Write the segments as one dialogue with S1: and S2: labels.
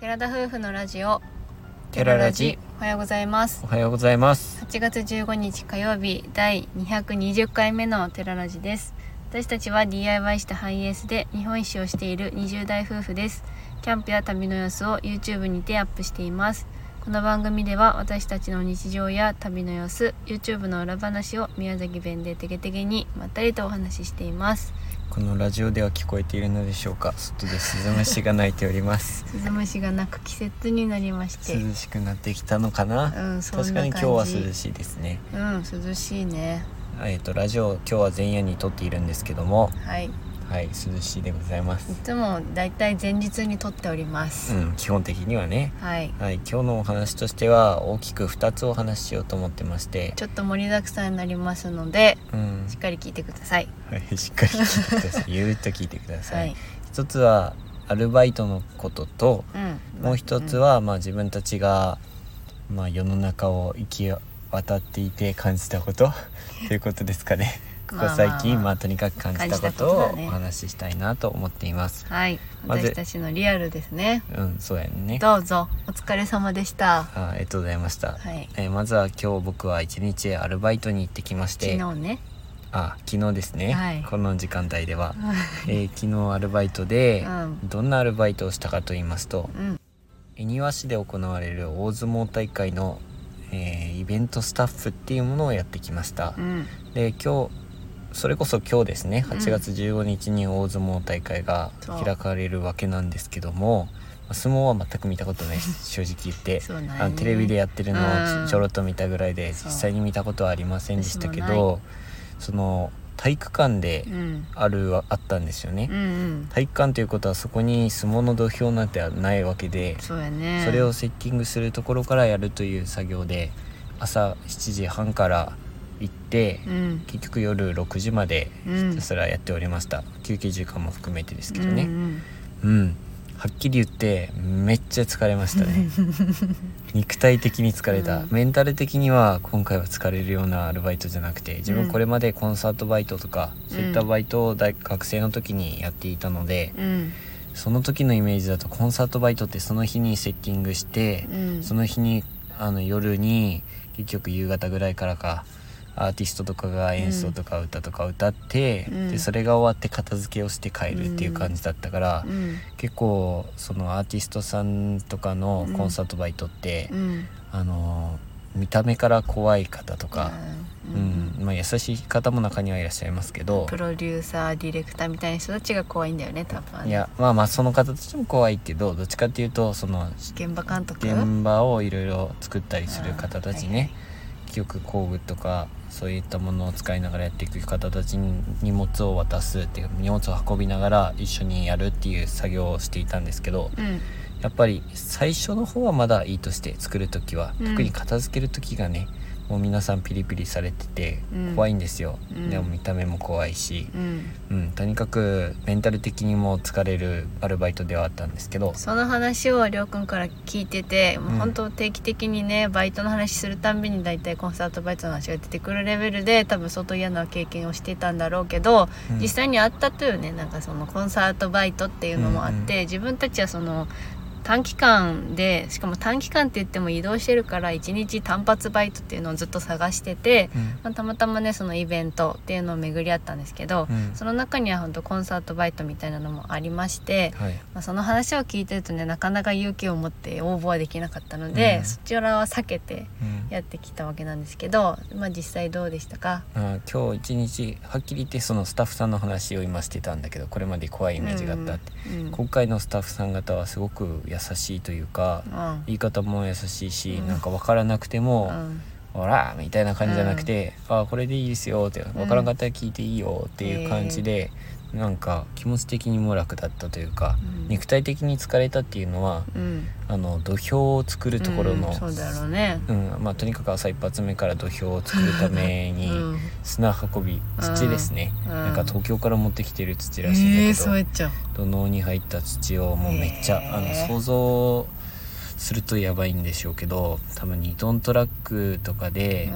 S1: 寺田夫婦のラジオ
S2: テララジ
S1: おはようございます
S2: おはようございます
S1: 8月15日火曜日第220回目のテララジです私たちは DIY したハイエースで日本一周をしている20代夫婦ですキャンプや旅の様子を YouTube にてアップしていますこの番組では私たちの日常や旅の様子 YouTube の裏話を宮崎弁でてげてげにまったりとお話ししています
S2: このラジオでは聞こえているのでしょうか外でスズムシが鳴いております
S1: 鈴虫が鳴く季節になりまして
S2: 涼しくなってきたのかな、
S1: うん、そんな
S2: 確かに今日は涼
S1: し
S2: しいですね
S1: い。うん、涼しいね。
S2: えっ、とラジオ今日は前夜に撮っているんですけども
S1: はい。い
S2: はい涼しいでございます
S1: つもだいたい前日に撮っております。
S2: うん基本的にはね
S1: はい。
S2: はい今日のお話としては大きく2つお話ししようと思ってまして
S1: ちょっと盛りだくさんになりますので、
S2: うん
S1: しっかり聞いてください。
S2: はいしっかり聞い てくださいゆるっと聞いてくださ、
S1: はいい。
S2: 一つはアルバイトのことと
S1: うん。
S2: もう一つ
S1: は、
S2: は、まあ、自分たちが、まあ、世の中を行き渡っていて感じ たことということですかね。ここ最
S1: ま
S2: 近、まあ
S1: あまあ
S2: とにかく感じたこ
S1: 感じた
S2: と
S1: こと
S2: を
S1: だね
S2: お話ししたいなと思っています。
S1: はい。
S2: まず
S1: 私たちのリアルですね。
S2: うん、そうやね。
S1: どうぞお疲れ様でした。
S2: あありがとうございました。
S1: はい。
S2: えーまずは今日僕は一日アルバイトに行ってきまし
S1: 昨
S2: て
S1: 日ね。
S2: あ昨日ですね、
S1: はい
S2: この時間帯では、えー昨日アルバイトで、
S1: うん
S2: どんなアルバイトをしたかと言いますと、
S1: うん。
S2: 恵庭市で行われる大相撲大会の、えーイベントスタッフっていうものをやってきました
S1: う、ん。
S2: で今日それこそ今日ですね
S1: うん
S2: 8月15日に大相撲大会が
S1: そう
S2: 開かれるわけなんですけどもまあ相撲は全く見たことないで す正直言って、
S1: そうなんや
S2: あのテレビでやってるの
S1: うん
S2: をちょろっと見たぐらいで
S1: そう
S2: 実際に見たことはありませんでしたけ
S1: 私も
S2: どその体育館で
S1: うん。
S2: あるはあったんですよね
S1: うん。うん。
S2: 体育館ということはそこに相撲の土俵なんてないわけで、
S1: そうやね。
S2: それをセッティングするところからやるという作業で朝7時半から行って、
S1: うん。
S2: 結局夜6時まで
S1: うん
S2: ひたすらやっておりました、休憩時間も含めてですけど
S1: うん
S2: ね
S1: うん
S2: うん、はっきり言ってめっちゃ疲れました ね肉体的に疲れた、
S1: うん
S2: メンタル的には今回は疲れるようなアルバイトじゃなくて自
S1: うん
S2: 分これまでコンサートバイトとか、そういった
S1: うん
S2: バイトを大学生の時にやっていたので
S1: うん。
S2: その時のイメージだとコンサートバイトってその日にセッティングして、
S1: うん。
S2: その日にあの夜に結局夕方ぐらいからかアーティストとかが演奏とか歌とか歌って、
S1: うん
S2: でそれが終わって片付けをして帰るっていう感じだったから、
S1: うん。
S2: 結構そのアーティストさんとかのコンサートバイトって、
S1: うん。
S2: あの見た目から怖い方とか、
S1: う
S2: うんんまあ、優しい方も中にはいらっしゃいますけど
S1: プ。ロデューサーディレクターみたいな人たちが怖いんだよね多分
S2: いやまあまあその方たちも怖いけどどっちかっていうとその
S1: 現場監督
S2: 現場をいろいろ作ったりする方たち
S1: うんはいは
S2: ね記憶工具とかそういったものを使いながらやっていく方たちに荷物を渡すっていう荷物を運びながら一緒にやるっていう作業をしていたんですけど
S1: うん
S2: やっぱり最初の方はまだいいとして作る時は、
S1: うん
S2: 特に片付ける時がねもう皆さんピリピリされてて
S1: うん
S2: 怖いんですよ、
S1: うん
S2: でも見た目も怖いし、
S1: うん
S2: うん、とにかくメンタル的にも疲れるアルバイトではあったんですけど
S1: その話をりょうくんから聞いてて、もう本当定期的にねバイトの話するたんびに大体コンサートバイトの話が出てくるレベルで多分相当嫌な経験をしてたんだろうけど、
S2: うん
S1: 実際にあったというねなんかそのコンサートバイトっていうのもあって、自分たちはその短期間でしかも短期間って言っても移動してるから一日単発バイトっていうのをずっと探してて、
S2: うん
S1: まあ、たまたまねそのイベントっていうのを巡り合ったんですけど、
S2: うん
S1: その中には本当コンサートバイトみたいなのもありまして、
S2: はい
S1: まあ、その話を聞いてるとねなかなか勇気を持って応募はできなかったので、
S2: うん
S1: そちらは避けて
S2: うん
S1: やってきたわけなんですけど、まあ、実際どうでしたか
S2: あー今日一日はっきり言ってそのスタッフさんの話を今してたんだけどこれまで怖いイメージがあったって、
S1: うんうん
S2: 今回のスタッフさん方はすごく優しいというか、
S1: うん
S2: 言い方も優しいし、
S1: うん
S2: なんか分からなくても
S1: うん
S2: 「ほら!」みたいな感じじゃなくて「あーこれでいいですよ」って「分からんかったら聞いていいよ」っていう感じで、なんか気持ち的にも楽だったというか、
S1: うん
S2: 肉体的に疲れたっていうのは
S1: うん
S2: あの土俵を作るところの、
S1: うんそうだろうね、
S2: うんまあ、とにかく朝一発目から土俵を作るため
S1: う
S2: に。
S1: ん
S2: 砂運び土ですね、
S1: うん
S2: なんか東京から持ってきてる土らしい
S1: え
S2: ん
S1: ー、
S2: だけ
S1: そ
S2: ど、
S1: うやっちゃう
S2: 土のうに入った土をもうめっちゃ、
S1: へー
S2: あの想像するとやばいんでしょうけど多分2トントラックとかで、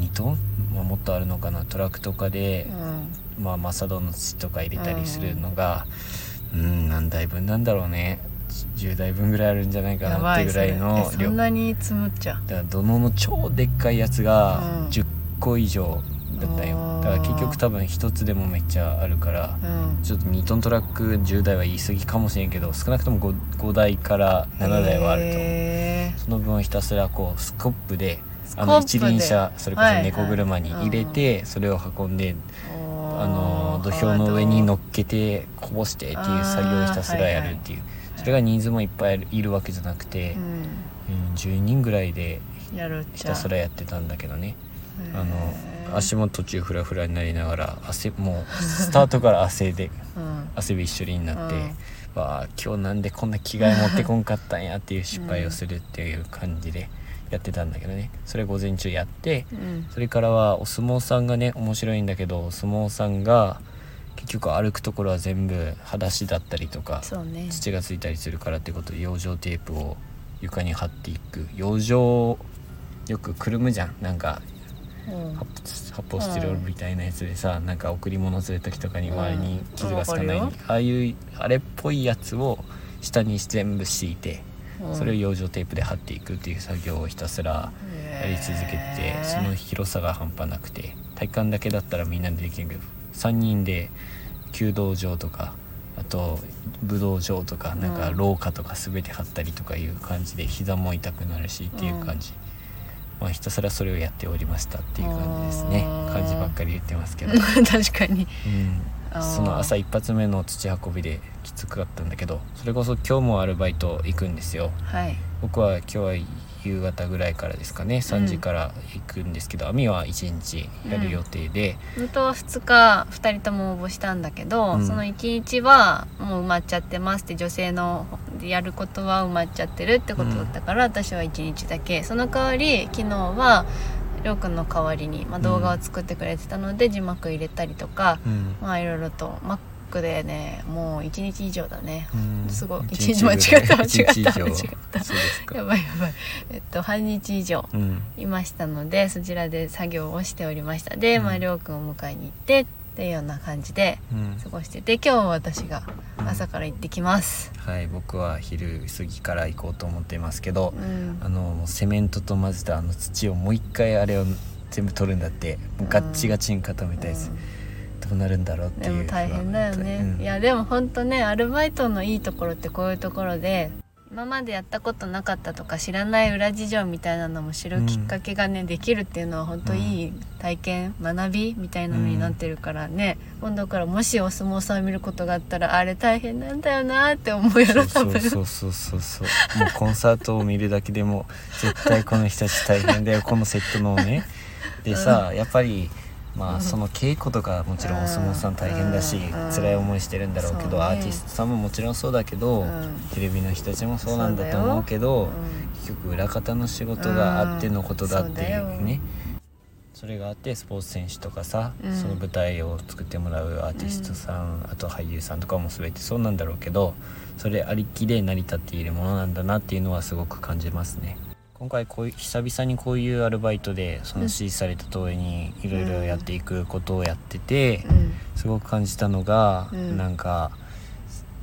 S2: 2トン、まあ、もっとあるのかなトラックとかで
S1: う、んうん
S2: まあ、マサドの土とか入れたりするのがうん、何台分なんだろうね10台分ぐらいあるんじゃないか
S1: や
S2: なっ
S1: ば
S2: て
S1: い
S2: ぐ
S1: そ
S2: ら
S1: れ
S2: いの
S1: えそ
S2: 量
S1: んなに積むっちゃ
S2: だから土のの超でっかいやつ
S1: うん
S2: が10個以上だったよ、
S1: あー
S2: だから結局多分1つでもめっちゃあるから
S1: うん
S2: ちょっと2トントラック10台は言い過ぎかもしれんけど少なくとも 5, 5台から7台はあると思う
S1: へ
S2: その分ひたすらこうスコップで
S1: ー
S2: あの
S1: スコッ
S2: 一
S1: プで
S2: 輪車それこ
S1: はい
S2: そ
S1: はい
S2: 猫車に入れてそれを運んであの土俵の上に乗っけてこぼしてっていう作業をひたすらやるっていう
S1: はい
S2: それが人数もいっぱいいるいるわけじゃなくて
S1: う、ん
S2: うん10人ぐらいで
S1: やるっちゃ
S2: ひたすらやってたんだけどね
S1: へー
S2: あの足も途中フラフラになりながら汗もうスタートから汗で
S1: うん
S2: 汗びっしょりになって
S1: うん
S2: わあ今日なんでこんな着替え持ってこんかったんやっていう失敗をするっていう感じでやってたんだけどねそれ午前中やって
S1: うん
S2: それからはお相撲さんがね面白いんだけどお相撲さんが結局歩くところは全部裸足だったりとか
S1: そうね
S2: 土がついたりするからってことで養生テープを床に貼っていく養生よくくるむじゃんなんか
S1: うん
S2: 発泡発泡スチロールみたいなやつでさ、なんか贈り物する時とかに周りに傷がつかないように、
S1: うんわか
S2: ああいうあれっぽいやつを下に全部敷いて、
S1: うん
S2: それを養生テープで貼っていくっていう作業をひたすらやり続けてて、
S1: へー
S2: その広さが半端なくて体感だけだったらみんなでできるけど3人で弓道場とかあと武道場とかなんか
S1: うん
S2: 廊下とか全て張ったりとかいう感じで膝も痛くなるしっていう感じ、まあ、ひたすらそれをやっておりましたっていう感じですね
S1: あー
S2: 感じばっかり言ってま すけ ど、
S1: 確かに
S2: うん
S1: あー
S2: その朝一発目の土運びできつかったんだけどそれこそ今日もアルバイト行くんですよ。
S1: はい
S2: 僕は今日は夕方ぐらいからですかね3時から行くんですけど、網は1日やる予定で、
S1: 本当は2日2人とも応募したんだけど、
S2: うん
S1: その1日はもう埋まっちゃってますって女性のやることは埋まっちゃってるってことだったから、私は1日だけその代わり昨日はりょうくんの代わりに、まあ、
S2: うん
S1: 動画を作ってくれてたので字幕入れたりとか、
S2: うん
S1: まあいろいろと Mac でねもう1日以上だね
S2: うん
S1: すごい
S2: 1
S1: 1日間違った
S2: ぐらい
S1: 間違った
S2: 1日以上
S1: 間違った
S2: そうですか
S1: やばいやばいえっと半日以上
S2: うん
S1: いましたのでそちらで作業をしておりましたで、まあ
S2: うん
S1: りょうくんを迎えに行ってっていうような感じで
S2: うん
S1: 過ごしてて今日は私が朝から行ってきます、
S2: はい僕は昼過ぎから行こうと思ってますけど
S1: う、ん
S2: あのセメントと混ぜたあの土をもう一回あれを全部取るんだってもうガッチガチに固めたやつ、どうなるんだろうっ
S1: うん
S2: て
S1: で
S2: いう
S1: も大変だよね、
S2: うん
S1: いやでもほんとねアルバイトのいいところってこういうところで今までやったことなかったとか知らない裏事情みたいなのも知るきっかけがね、できるっていうのは本当いい体験、学びみたいなのになってるからね、今度からもしお相撲さん見ることがあったらあれ大変なんだよなって思うや
S2: そう
S1: ろ
S2: そ
S1: 多
S2: う
S1: 分
S2: そうそうそうそうもうコンサートを見るだけでも絶対この人たち大変だよこのセットのねでさ、やっぱりま
S1: う
S2: あ
S1: ん
S2: その稽古とかもちろんお相撲さん大変だし、
S1: うん
S2: 辛い思いしてるんだろうけど
S1: そうね
S2: アーティストさんももちろんそうだけど、
S1: うん
S2: テレビの人たちもそうなんだと思うけど、
S1: うん
S2: 結局裏方の仕事があってのことだっ
S1: うんそ
S2: てい
S1: う
S2: う
S1: だよ
S2: ね、それがあってスポーツ選手とかさ、
S1: うん
S2: その舞台を作ってもらうアーティストさん、あと俳優さんとかも全てそうなんだろうけどそれありきで成り立っているものなんだなっていうのはすごく感じますね。今回こういう久々にこういうアルバイトでその指示された通りにいろいろやっていくことをやってて、
S1: うん
S2: すごく感じたのが、
S1: うん
S2: なんか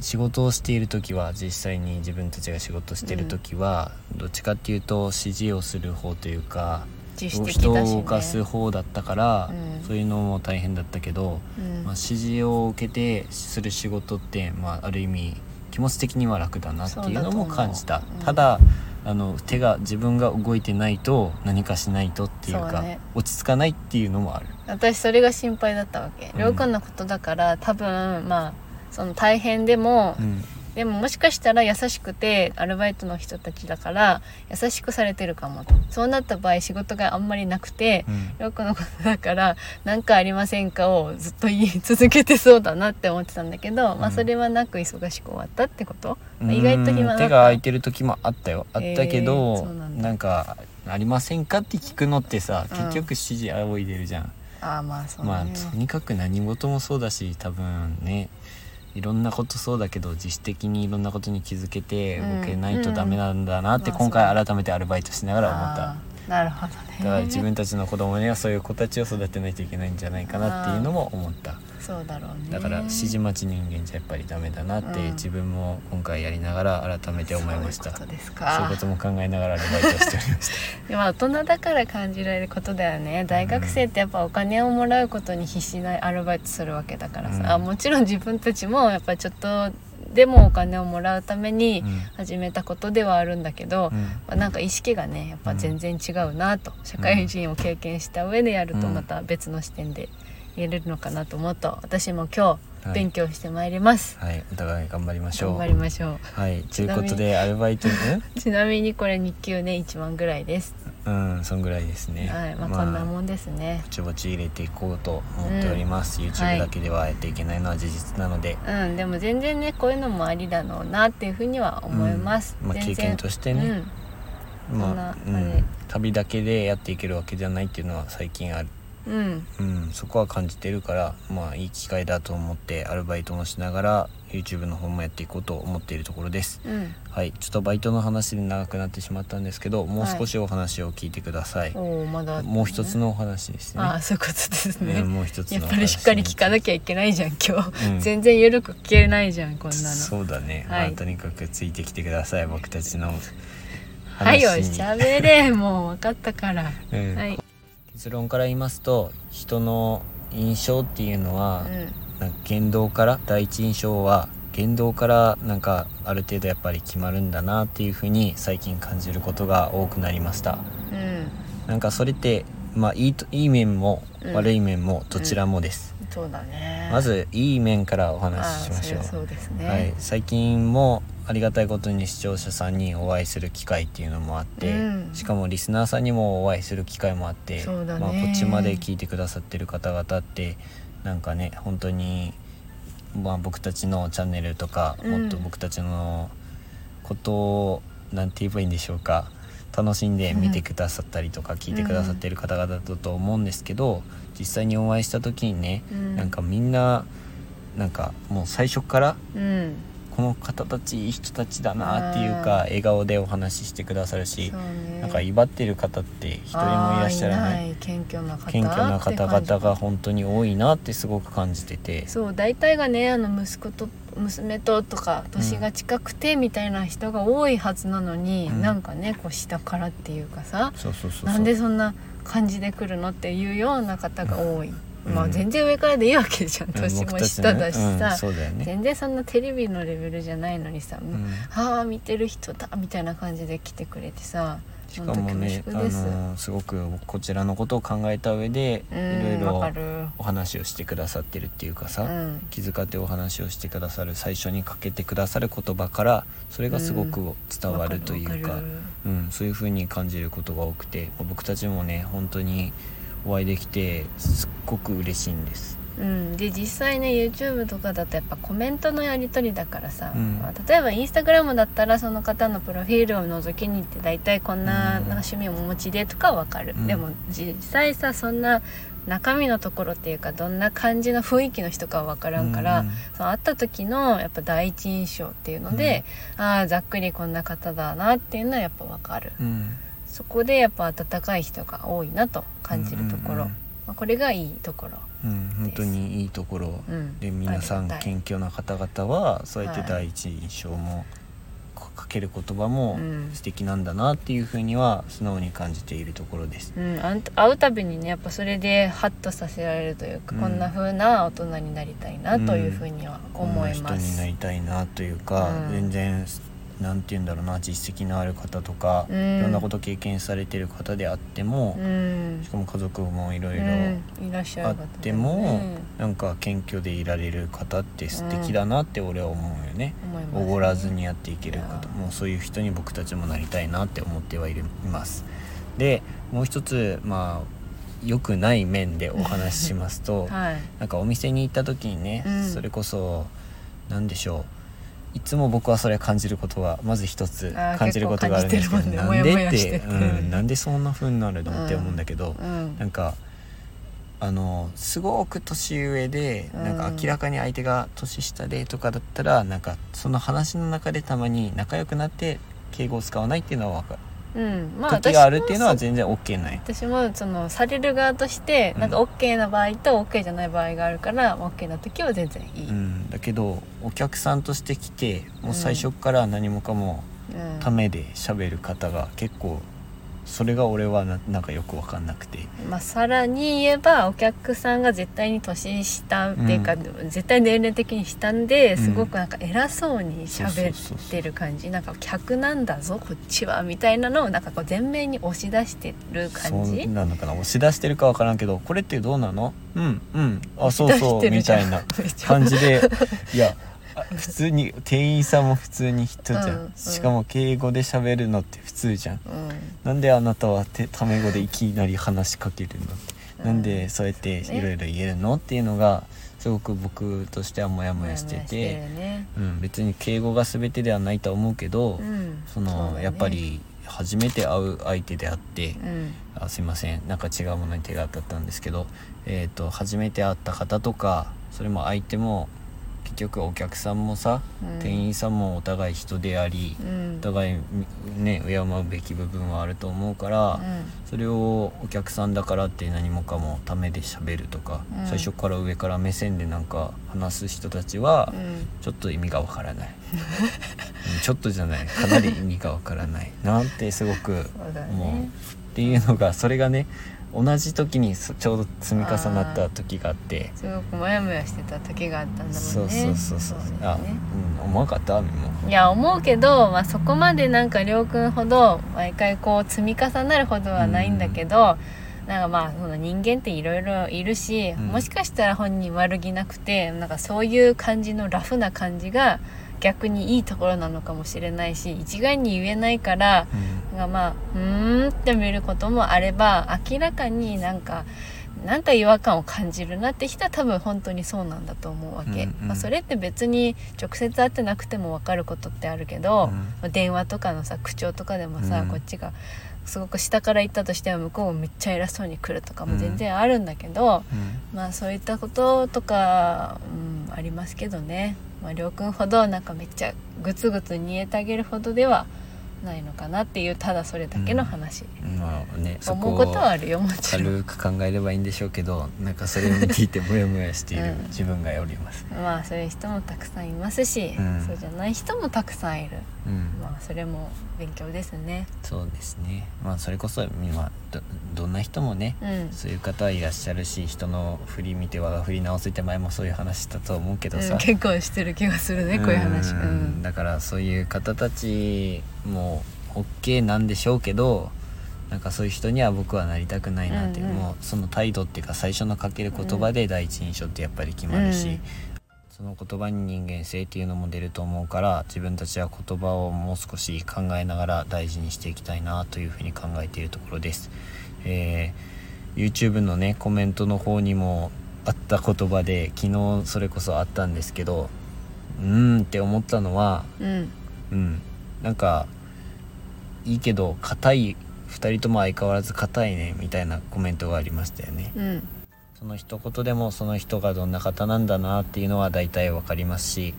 S2: 仕事をしている時は実際に自分たちが仕事している時は、どっちかっていうと指示をする方というか、
S1: 自主的
S2: 人
S1: だし、ね、
S2: を動かす方だったから、
S1: うん
S2: そういうのも大変だったけど、
S1: うん
S2: まあ、指示を受けてする仕事って、まあ、ある意味気持ち的には楽だなっていうのも感じた
S1: そうだと思ううん
S2: ただあの手が自分が動いてないと何かしないとっていう
S1: そう
S2: か
S1: ね
S2: 落ち着かないっていうのもある。
S1: 私それが心配だったわけ
S2: うん
S1: りょうくんのことだから多分まあその大変でも、
S2: うん
S1: でももしかしたら優しくてアルバイトの人たちだから優しくされてるかもとそうなった場合仕事があんまりなくて
S2: うん
S1: りょうくんのことだから何かありませんかをずっと言い続けてそうだなって思ってたんだけど、まあ
S2: うん
S1: それはなく忙しく終わったってこと、
S2: うん
S1: 意外と暇だった
S2: 手が空いてる時もあったよあったけ
S1: えー
S2: ど、
S1: そうなんだ
S2: なんか「ありませんか?」って聞くのってさ
S1: うん
S2: 結局指示仰いでるじゃん、
S1: ああまあそうね、
S2: まあとにかく何事もそうだし多分ねいろんなことそうだけど自主的にいろんなことに気づけて
S1: うん
S2: 動けないとダメなんだなって
S1: うん
S2: 今回改めてアルバイトしながら思った、
S1: あーなるほどね
S2: だから自分たちの子供にはそういう子たちを育てないといけないんじゃないかなっていうのも思った
S1: そうだろうね
S2: だから指示待ち人間じゃやっぱりダメだなって
S1: うん
S2: 自分も今回やりながら改めて思いました
S1: そういうことです
S2: そういう
S1: か
S2: ことも考えながらアルバイトしており ました
S1: 今大人だから感じられることだよね大学生ってやっぱお金をもらうことに必死なアルバイトするわけだからさ、
S2: うん
S1: あもちろん自分たちもやっぱちょっとでもお金をもらうために
S2: う
S1: 始めたことではあるんだけど、
S2: んうん
S1: まあなんか意識がねやっぱ全然違うなと、社会人を経験した上でやると
S2: うん
S1: また別の視点で言えるのかなと思うと私も今
S2: は
S1: 日
S2: い
S1: 勉強してまいります、
S2: はいお互い頑張りましょ
S1: 頑張
S2: う
S1: りましょ
S2: はいということでアルバイトん
S1: うちなみにこれ日給ね1万ぐらいです、
S2: うんそんぐらいですね
S1: はいまあ、こんなもんですね、
S2: ぼちぼち入れていこうと思っております、
S1: は
S2: YouTube
S1: い
S2: だけではやっていけないのは事実なので、
S1: うん、でも全然ねこういうのもありだろうなっていうふうには思います、
S2: うんまあ、
S1: 全
S2: 経
S1: 然
S2: 験としてね、
S1: うん
S2: まあ
S1: そ
S2: うん
S1: なあれ
S2: ん、旅だけでやっていけるわけじゃないっていうのは最近ある、
S1: うん、うん、
S2: うん、そこは感じてるからまあいい機会だと思ってアルバイトもしながら YouTube の方もやっていこうと思っているところです
S1: うん
S2: はいちょっとバイトの話で長くなってしまったんですけどもう少しお話を聞いてください、
S1: おおまだあったね、
S2: もう一つのお話ですね
S1: ああそういうことですね
S2: うんもう一つの
S1: や
S2: お
S1: っ
S2: 話
S1: ぱりしっかり聞かなきゃいけないじゃん今日、
S2: うん
S1: 全然緩く聞けないじゃんこんなの
S2: そうだね、
S1: はい
S2: まあとにかくついてきてください僕たちの
S1: はいよ
S2: 話に
S1: しゃべれもう分かったから、
S2: うん
S1: はい、
S2: 結論から言いますと人の印象っていうのは、
S1: うん、
S2: なんか言動から第一印象は言動からなんかある程度やっぱり決まるんだなっていうふうに最近感じることが多くなりました
S1: うん、
S2: なんかそれってまあいいといい面も
S1: うん
S2: 悪い面もどちらもです、
S1: そうだね
S2: まずいい面からお話ししましょ
S1: ああ
S2: う
S1: そりゃそうですね、
S2: はい、最近もありがたいことに視聴者さんにお会いする機会っていうのもあって、
S1: うん
S2: しかもリスナーさんにもお会いする機会もあって、
S1: そうだね
S2: まあ、こっちまで聞いてくださってる方々ってなんかね本当に、まあ、僕たちのチャンネルとか、
S1: うん
S2: もっと僕たちのことをなんて言えばいいんでしょうか楽しんで見てくださったりとか聞いてくださってる方々だと思うんですけど実際にお会いした時にね、
S1: うん
S2: なんかみんななんかもう最初から
S1: うん
S2: この方たちいい人たちだなっていうか
S1: あー
S2: 笑顔でお話ししてくださるし、
S1: そうね
S2: なんか威張ってる方って一人もいらっしゃらない
S1: あーい謙虚な方
S2: 謙虚な方
S1: って
S2: 々
S1: 感
S2: が本当に多いなってすごく感じてて
S1: じそう大体がねあの息子と娘ととか年が近くてみたいな人が多いはずなのに、
S2: うん
S1: なんかねこう下からっていうかさ、
S2: そうそうそうそう
S1: なんでそんな感じで来るのっていうような方が多い、
S2: うん
S1: まあ全然上からでいいわけじゃん
S2: うん
S1: 年
S2: 僕
S1: も
S2: たち
S1: 下だし
S2: ねうん
S1: さ、
S2: そうだよね、
S1: 全然そんなテレビのレベルじゃないのにさ、
S2: うん
S1: ああ見てる人だみたいな感じで来てくれてさ
S2: しかもねあ
S1: 本当恐縮です
S2: のすごくこちらのことを考えた上で
S1: う
S2: い
S1: ん
S2: ろ
S1: わか
S2: いろ
S1: る
S2: お話をしてくださってるっていうか
S1: う
S2: さ、
S1: ん
S2: 気遣ってお話をしてくださる最初にかけてくださる言葉からそれがすごく伝わるという
S1: わか
S2: か,、う
S1: る
S2: ん
S1: わかる
S2: そういう風に感じることが多くて僕たちもね本当にお会いできてすっごく嬉しいんです。
S1: うん、で実際ね YouTube とかだとやっぱコメントのやり取りだからさ、
S2: うん
S1: まあ例えば Instagram だったらその方のプロフィールを覗きに行って大体こんななん
S2: うん
S1: か趣味をお持ちでとかわかる、
S2: うん
S1: でも実際さそんな中身のところっていうかどんな感じの雰囲気の人かはわからんから、
S2: うん
S1: その会った時のやっぱ第一印象っていうので、ああざっくりこんな方だなっていうのはやっぱわかる
S2: うん
S1: そこでやっぱ温かい人が多いなと感じるところ、
S2: うんうんうん
S1: まあ、これがいいところ、
S2: うん本当にいいところ、
S1: うん、
S2: で皆さん
S1: ありがたい
S2: 謙虚な方々はそうやって
S1: は
S2: 第一印象もかかける言葉も
S1: うん
S2: 素敵なんだなっていう風には素直に感じているところです。
S1: うん、あん会うたびにねやっぱそれでハッとさせられるというか、
S2: うん
S1: こんな風な大人になりたいなというふうには
S2: こん
S1: 思
S2: ない人
S1: ま
S2: に
S1: す
S2: な。りたいなというか、
S1: うん
S2: 全然なんて言うんだろうな実績のある方とか、
S1: うん
S2: いろんなこと経験されてる方であっても
S1: う、ん
S2: しかも家族もいろいろ
S1: うんいらっし
S2: あ
S1: ゃ
S2: っ
S1: る方
S2: て
S1: で
S2: も、
S1: ね
S2: なんか謙虚でいられる方って素敵だなって俺は思うよね。
S1: 思います
S2: お
S1: ね
S2: ごらずにやっていけること
S1: いや
S2: もうそういう人に僕たちもなりたいなって思ってはいるいますでもう一つまあ良くない面でお話ししますと、
S1: はい、
S2: なんかお店に行った時にね、
S1: うん
S2: それこそ何でしょういつも僕はそれ感じることがまず一つ
S1: あー
S2: 感じることがあるんですけど、
S1: 結構
S2: な
S1: 感じ
S2: ん
S1: て
S2: で
S1: るもんねもや
S2: っ
S1: もやして
S2: て、
S1: て
S2: うん、なんでそんな風になるのって思うんだけど、
S1: うん
S2: なんかあのすごく年上で、
S1: うん
S2: なんか明らかに相手が年下でとかだったらなんかその話の中でたまに仲良くなって敬語を使わないっていうのはわか
S1: うんまあ私
S2: 時があるっていうのは
S1: もそ
S2: 全然 OK ない
S1: 私もそのされる側として
S2: うん
S1: なんか OK な場合と OK じゃない場合があるから OK な時は全然いい、
S2: う
S1: うん
S2: ん、だけどお客さんとして来てもううん最初から何もかもためで喋る方が結構それが俺はななんかよく分かんなくて
S1: まあ、さらに言えばお客さんが絶対に年下っていうか、
S2: う
S1: 絶対年齢的に下んで
S2: うん
S1: すごくなんか偉そうに喋
S2: そうそう
S1: っ
S2: そ
S1: てる感じなんか客なんだぞこっちはみたいなのをなんかこう前面に押し出してる感
S2: そう
S1: じ
S2: なのかな押し出してるか分からんけどこれってどうなのうんうんあそう
S1: 押し出
S2: そ
S1: し
S2: う
S1: てる
S2: み
S1: じゃ
S2: た
S1: ん
S2: いな
S1: めっちゃ
S2: 感じ でいやあ普通に店員さんも普通に人じゃん、
S1: うんうん
S2: しかも敬語で喋るのって普通じゃん
S1: うん
S2: なんであなたはてタメ語でいきなり話しかけるの
S1: うん
S2: なんでそうやっていろいろ言えるのっていうのがすごく僕としてはモヤモヤして
S1: モ
S2: て
S1: ヤモヤしてるね
S2: うん、別に敬語が全てではないとは思うけど、
S1: うん
S2: その
S1: うだね
S2: やっぱり初めて会う相手であって、
S1: うん
S2: あすいませんなんか違うものに手が当たったんですけど、えー、と初めて会った方とかそれも相手も結局お客さんもさ、
S1: うん
S2: 店員さんもお互い人であり、
S1: うん
S2: お互いね敬うべき部分はあると思うから。それをお客さんだからって何もかもためで喋るとか、
S1: うん
S2: 最初から上から目線でなんか話す人たちは
S1: うんうん
S2: ちょっと意味がわからない、うんちょっとじゃないかなり意味がわからないなんてすごく
S1: そうだ
S2: 思う、っ
S1: ね
S2: ていうのがそれがね同じ時にそちょうど積み重なった時があって
S1: すごくモヤモヤしてた時があったんだもんね
S2: そうそうそうそう
S1: だよ
S2: あ、
S1: ね
S2: うん、思わなかったみも
S1: いや思うけど、まあ、そこまでなんか亮君ほど毎回こう積み重なるほどはないんだけど、なんかまあその人間っていろいろいるし、
S2: ん
S1: もしかしたら本人悪気なくてなんかそういう感じのラフな感じが逆にいいところなのかもしれないし一概に言えないから
S2: うん
S1: がまあうーんって見ることもあれば明らかになんかなんか違和感を感じるなって人は多分本当にそうなんだと思うわけ、
S2: うんうん
S1: まあ、それって別に直接会ってなくても分かることってあるけど、まあ電話とかのさ口調とかでもさ、
S2: うん
S1: こっちがすごく下から行ったとしても向こうもめっちゃ偉そうに来るとかも全然あるんだけど、
S2: うん
S1: まあそういったこととか、うん、ありますけどね、まあ、りょうくんほどなんかめっちゃグツグツ煮えてあげるほどではないのかなっていうただそれだけの話、
S2: うんまあねそ
S1: 思
S2: こ
S1: うことはあるよもちろん
S2: 軽く考えればいいんでしょうけどなんかそれを見ていてモヤモヤしている
S1: うん
S2: 自分がおります、
S1: まあそういう人もたくさんいますし、
S2: うん
S1: そうじゃない人もたくさんいる
S2: うん、
S1: まあそれも勉強ですね
S2: そうですねまあそれこそ今どどんな人もね
S1: うん
S2: そういう方はいらっしゃるし人の振り見て我が振り直せって前もそういう話したと思うけどさ、
S1: うん結構してる気がするねこういう話
S2: うん
S1: うん
S2: だからそういう方たちも OK なんでしょうけどなんかそういう人には僕はなりたくないなって、
S1: うんうん
S2: もうその態度っていうか最初のかける言葉で第一印象ってやっぱり決まるし、
S1: うん
S2: その言葉に人間性っていうのも出ると思うから自分たちは言葉をもう少し考えながら大事にしていきたいなというふうに考えているところです。えー YouTube のねコメントの方にもあった言葉で昨日それこそあったんですけどうーんって思ったのは
S1: うん
S2: うんなんかいいけど硬い2人とも相変わらず硬いねみたいなコメントがありましたよね
S1: うん
S2: その一言でもその人がどんな方なんだなっていうのは大体わかりますし、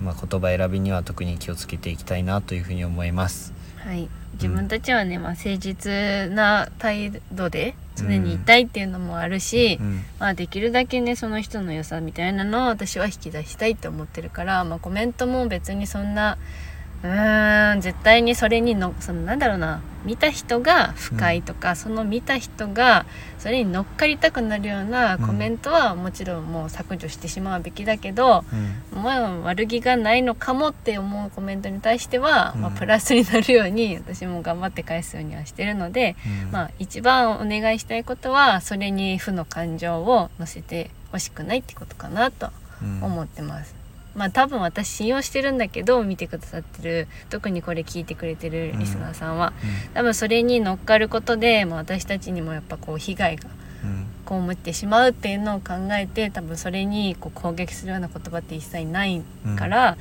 S2: まあ、言葉選びには特に気をつけていきたいなというふうに思います
S1: はい、自分たちはね、まあ、誠実な態度で常にいたいっていうのもあるし、
S2: うん
S1: まあ、できるだけねその人の良さみたいなのを私は引き出したいと思ってるから、まあ、コメントも別にそんなうーん絶対にそれにのそのなんだろうな見た人が不快とか、その見た人がそれに乗っかりたくなるようなコメントはもちろんもう削除してしまうべきだけど、
S2: うん
S1: まあ悪気がないのかもって思うコメントに対しては、
S2: うん
S1: まあ、プラスになるように私も頑張って返すようにはしてるので、
S2: うん
S1: まあ、一番お願いしたいことはそれに負の感情を乗せてほしくないってことかなと
S2: うん
S1: 思ってます。まあ多分私信用してるんだけど見てくださってる特にこれ聞いてくれてるリスナーさんは、多分それに乗っかることで、まあ、私たちにもやっぱこう被害が
S2: うん
S1: 被ってしまうっていうのを考えて多分それにこう攻撃するような言葉って一切ないから、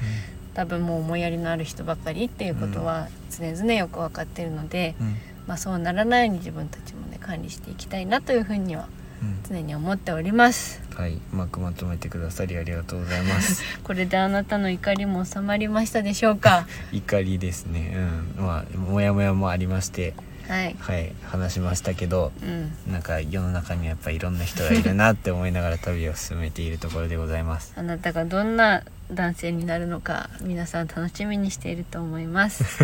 S1: 多分もう思いやりのある人ばかりっていうことは常々よく分かってるので、
S2: うんうん
S1: まあ、そうならないように自分たちもね管理していきたいなというふうには
S2: うん
S1: 常に思っております。
S2: はい、うまくまとめてくださりありがとうございます
S1: これであなたの怒りも収まりましたでしょうか
S2: 怒りですねうんまあモヤモヤもありまして
S1: はい
S2: はい話しましたけど
S1: うん
S2: なんか世の中にはやっぱいろんな人がいるなって思いながら旅を進めているところでございます
S1: あなたがどんな男性になるのか皆さん楽しみにしていると思います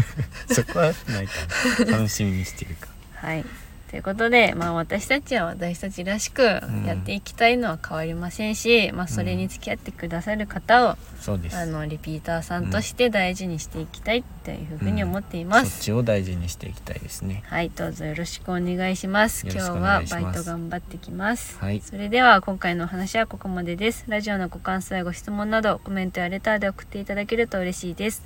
S2: そこはないかな楽しみにしてるか
S1: はいということで、まあ、私たちは私たちらしく
S2: ん
S1: やっていきたいのは変わりませんし、まあ、それに付き合ってくださる方を、
S2: そうです
S1: あのリピーターさんとして大事にしていきたいというふうに思っています、
S2: そっちを大事にしていきたいですね
S1: はい、どうぞよろしくお願いします。
S2: よ
S1: 今
S2: ろ
S1: 日
S2: しくお
S1: は
S2: 願いします
S1: バイト頑張ってきます。
S2: はい
S1: それでは今回のお話はここまでです。ラジオのご感想やご質問などコメントやレターで送っていただけると嬉しいです。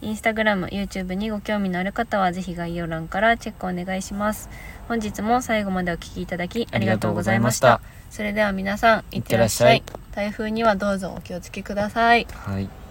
S1: インスタグラム、YouTube にご興味のある方はぜひ概要欄からチェックお願いします。本日も最後までお聞きいただきありがとうございました。
S2: ありがとうござい
S1: それでは皆さん、いってらっしゃい。
S2: いって
S1: 台風にはどうぞお気をつけください。
S2: はい